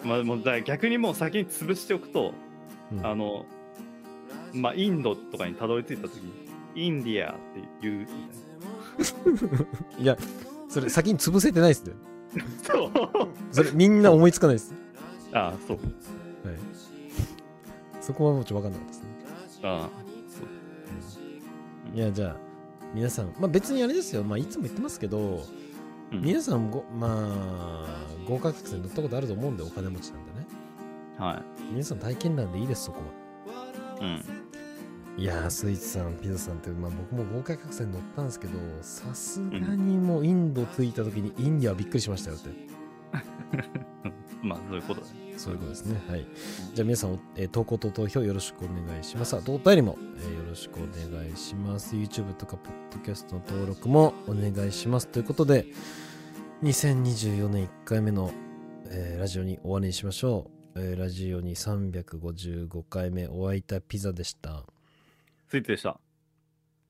Speaker 2: まあ、もうだから逆にもう先に潰しておくと、
Speaker 1: うん
Speaker 2: あの、まあ、インドとかにたどり着いた時に、インディアっていうみたいな。
Speaker 1: いやそれ先に潰せてないっすね
Speaker 2: そう。
Speaker 1: そ れみんな思いつかないっす
Speaker 2: ああ、そう。
Speaker 1: はい、そこはもうちょっと分かんなかったです
Speaker 2: あ
Speaker 1: ね。いや、じゃあ、皆さん、まあ別にあれですよ、まあいつも言ってますけど、
Speaker 2: あ。うん
Speaker 1: 皆さんご、まあ、合格客船乗ったことあると思うんで、お金持ちなんでね。
Speaker 2: は
Speaker 1: 皆さん体験談でいいです、そこは。
Speaker 2: い。うん。
Speaker 1: いやー、スイーツさん、ピザさんって、まあ僕も合格客船乗ったんですけど、さすがにもうインド着いた時にインディアはびっくりしましたよって。
Speaker 2: まあ、そういうことだね。
Speaker 1: そういうことですね。はい。じゃあ皆さん、えー投稿と投票よろしくお願いします。あとお便りも、えーよろしくお願いします。YouTube とか Podcast の登録もお願いします。ということで、2024年1回目の、えーラジオに終わりにしましょう。えーラジオに355回目お会いいたピザでした。
Speaker 2: スイーツでした。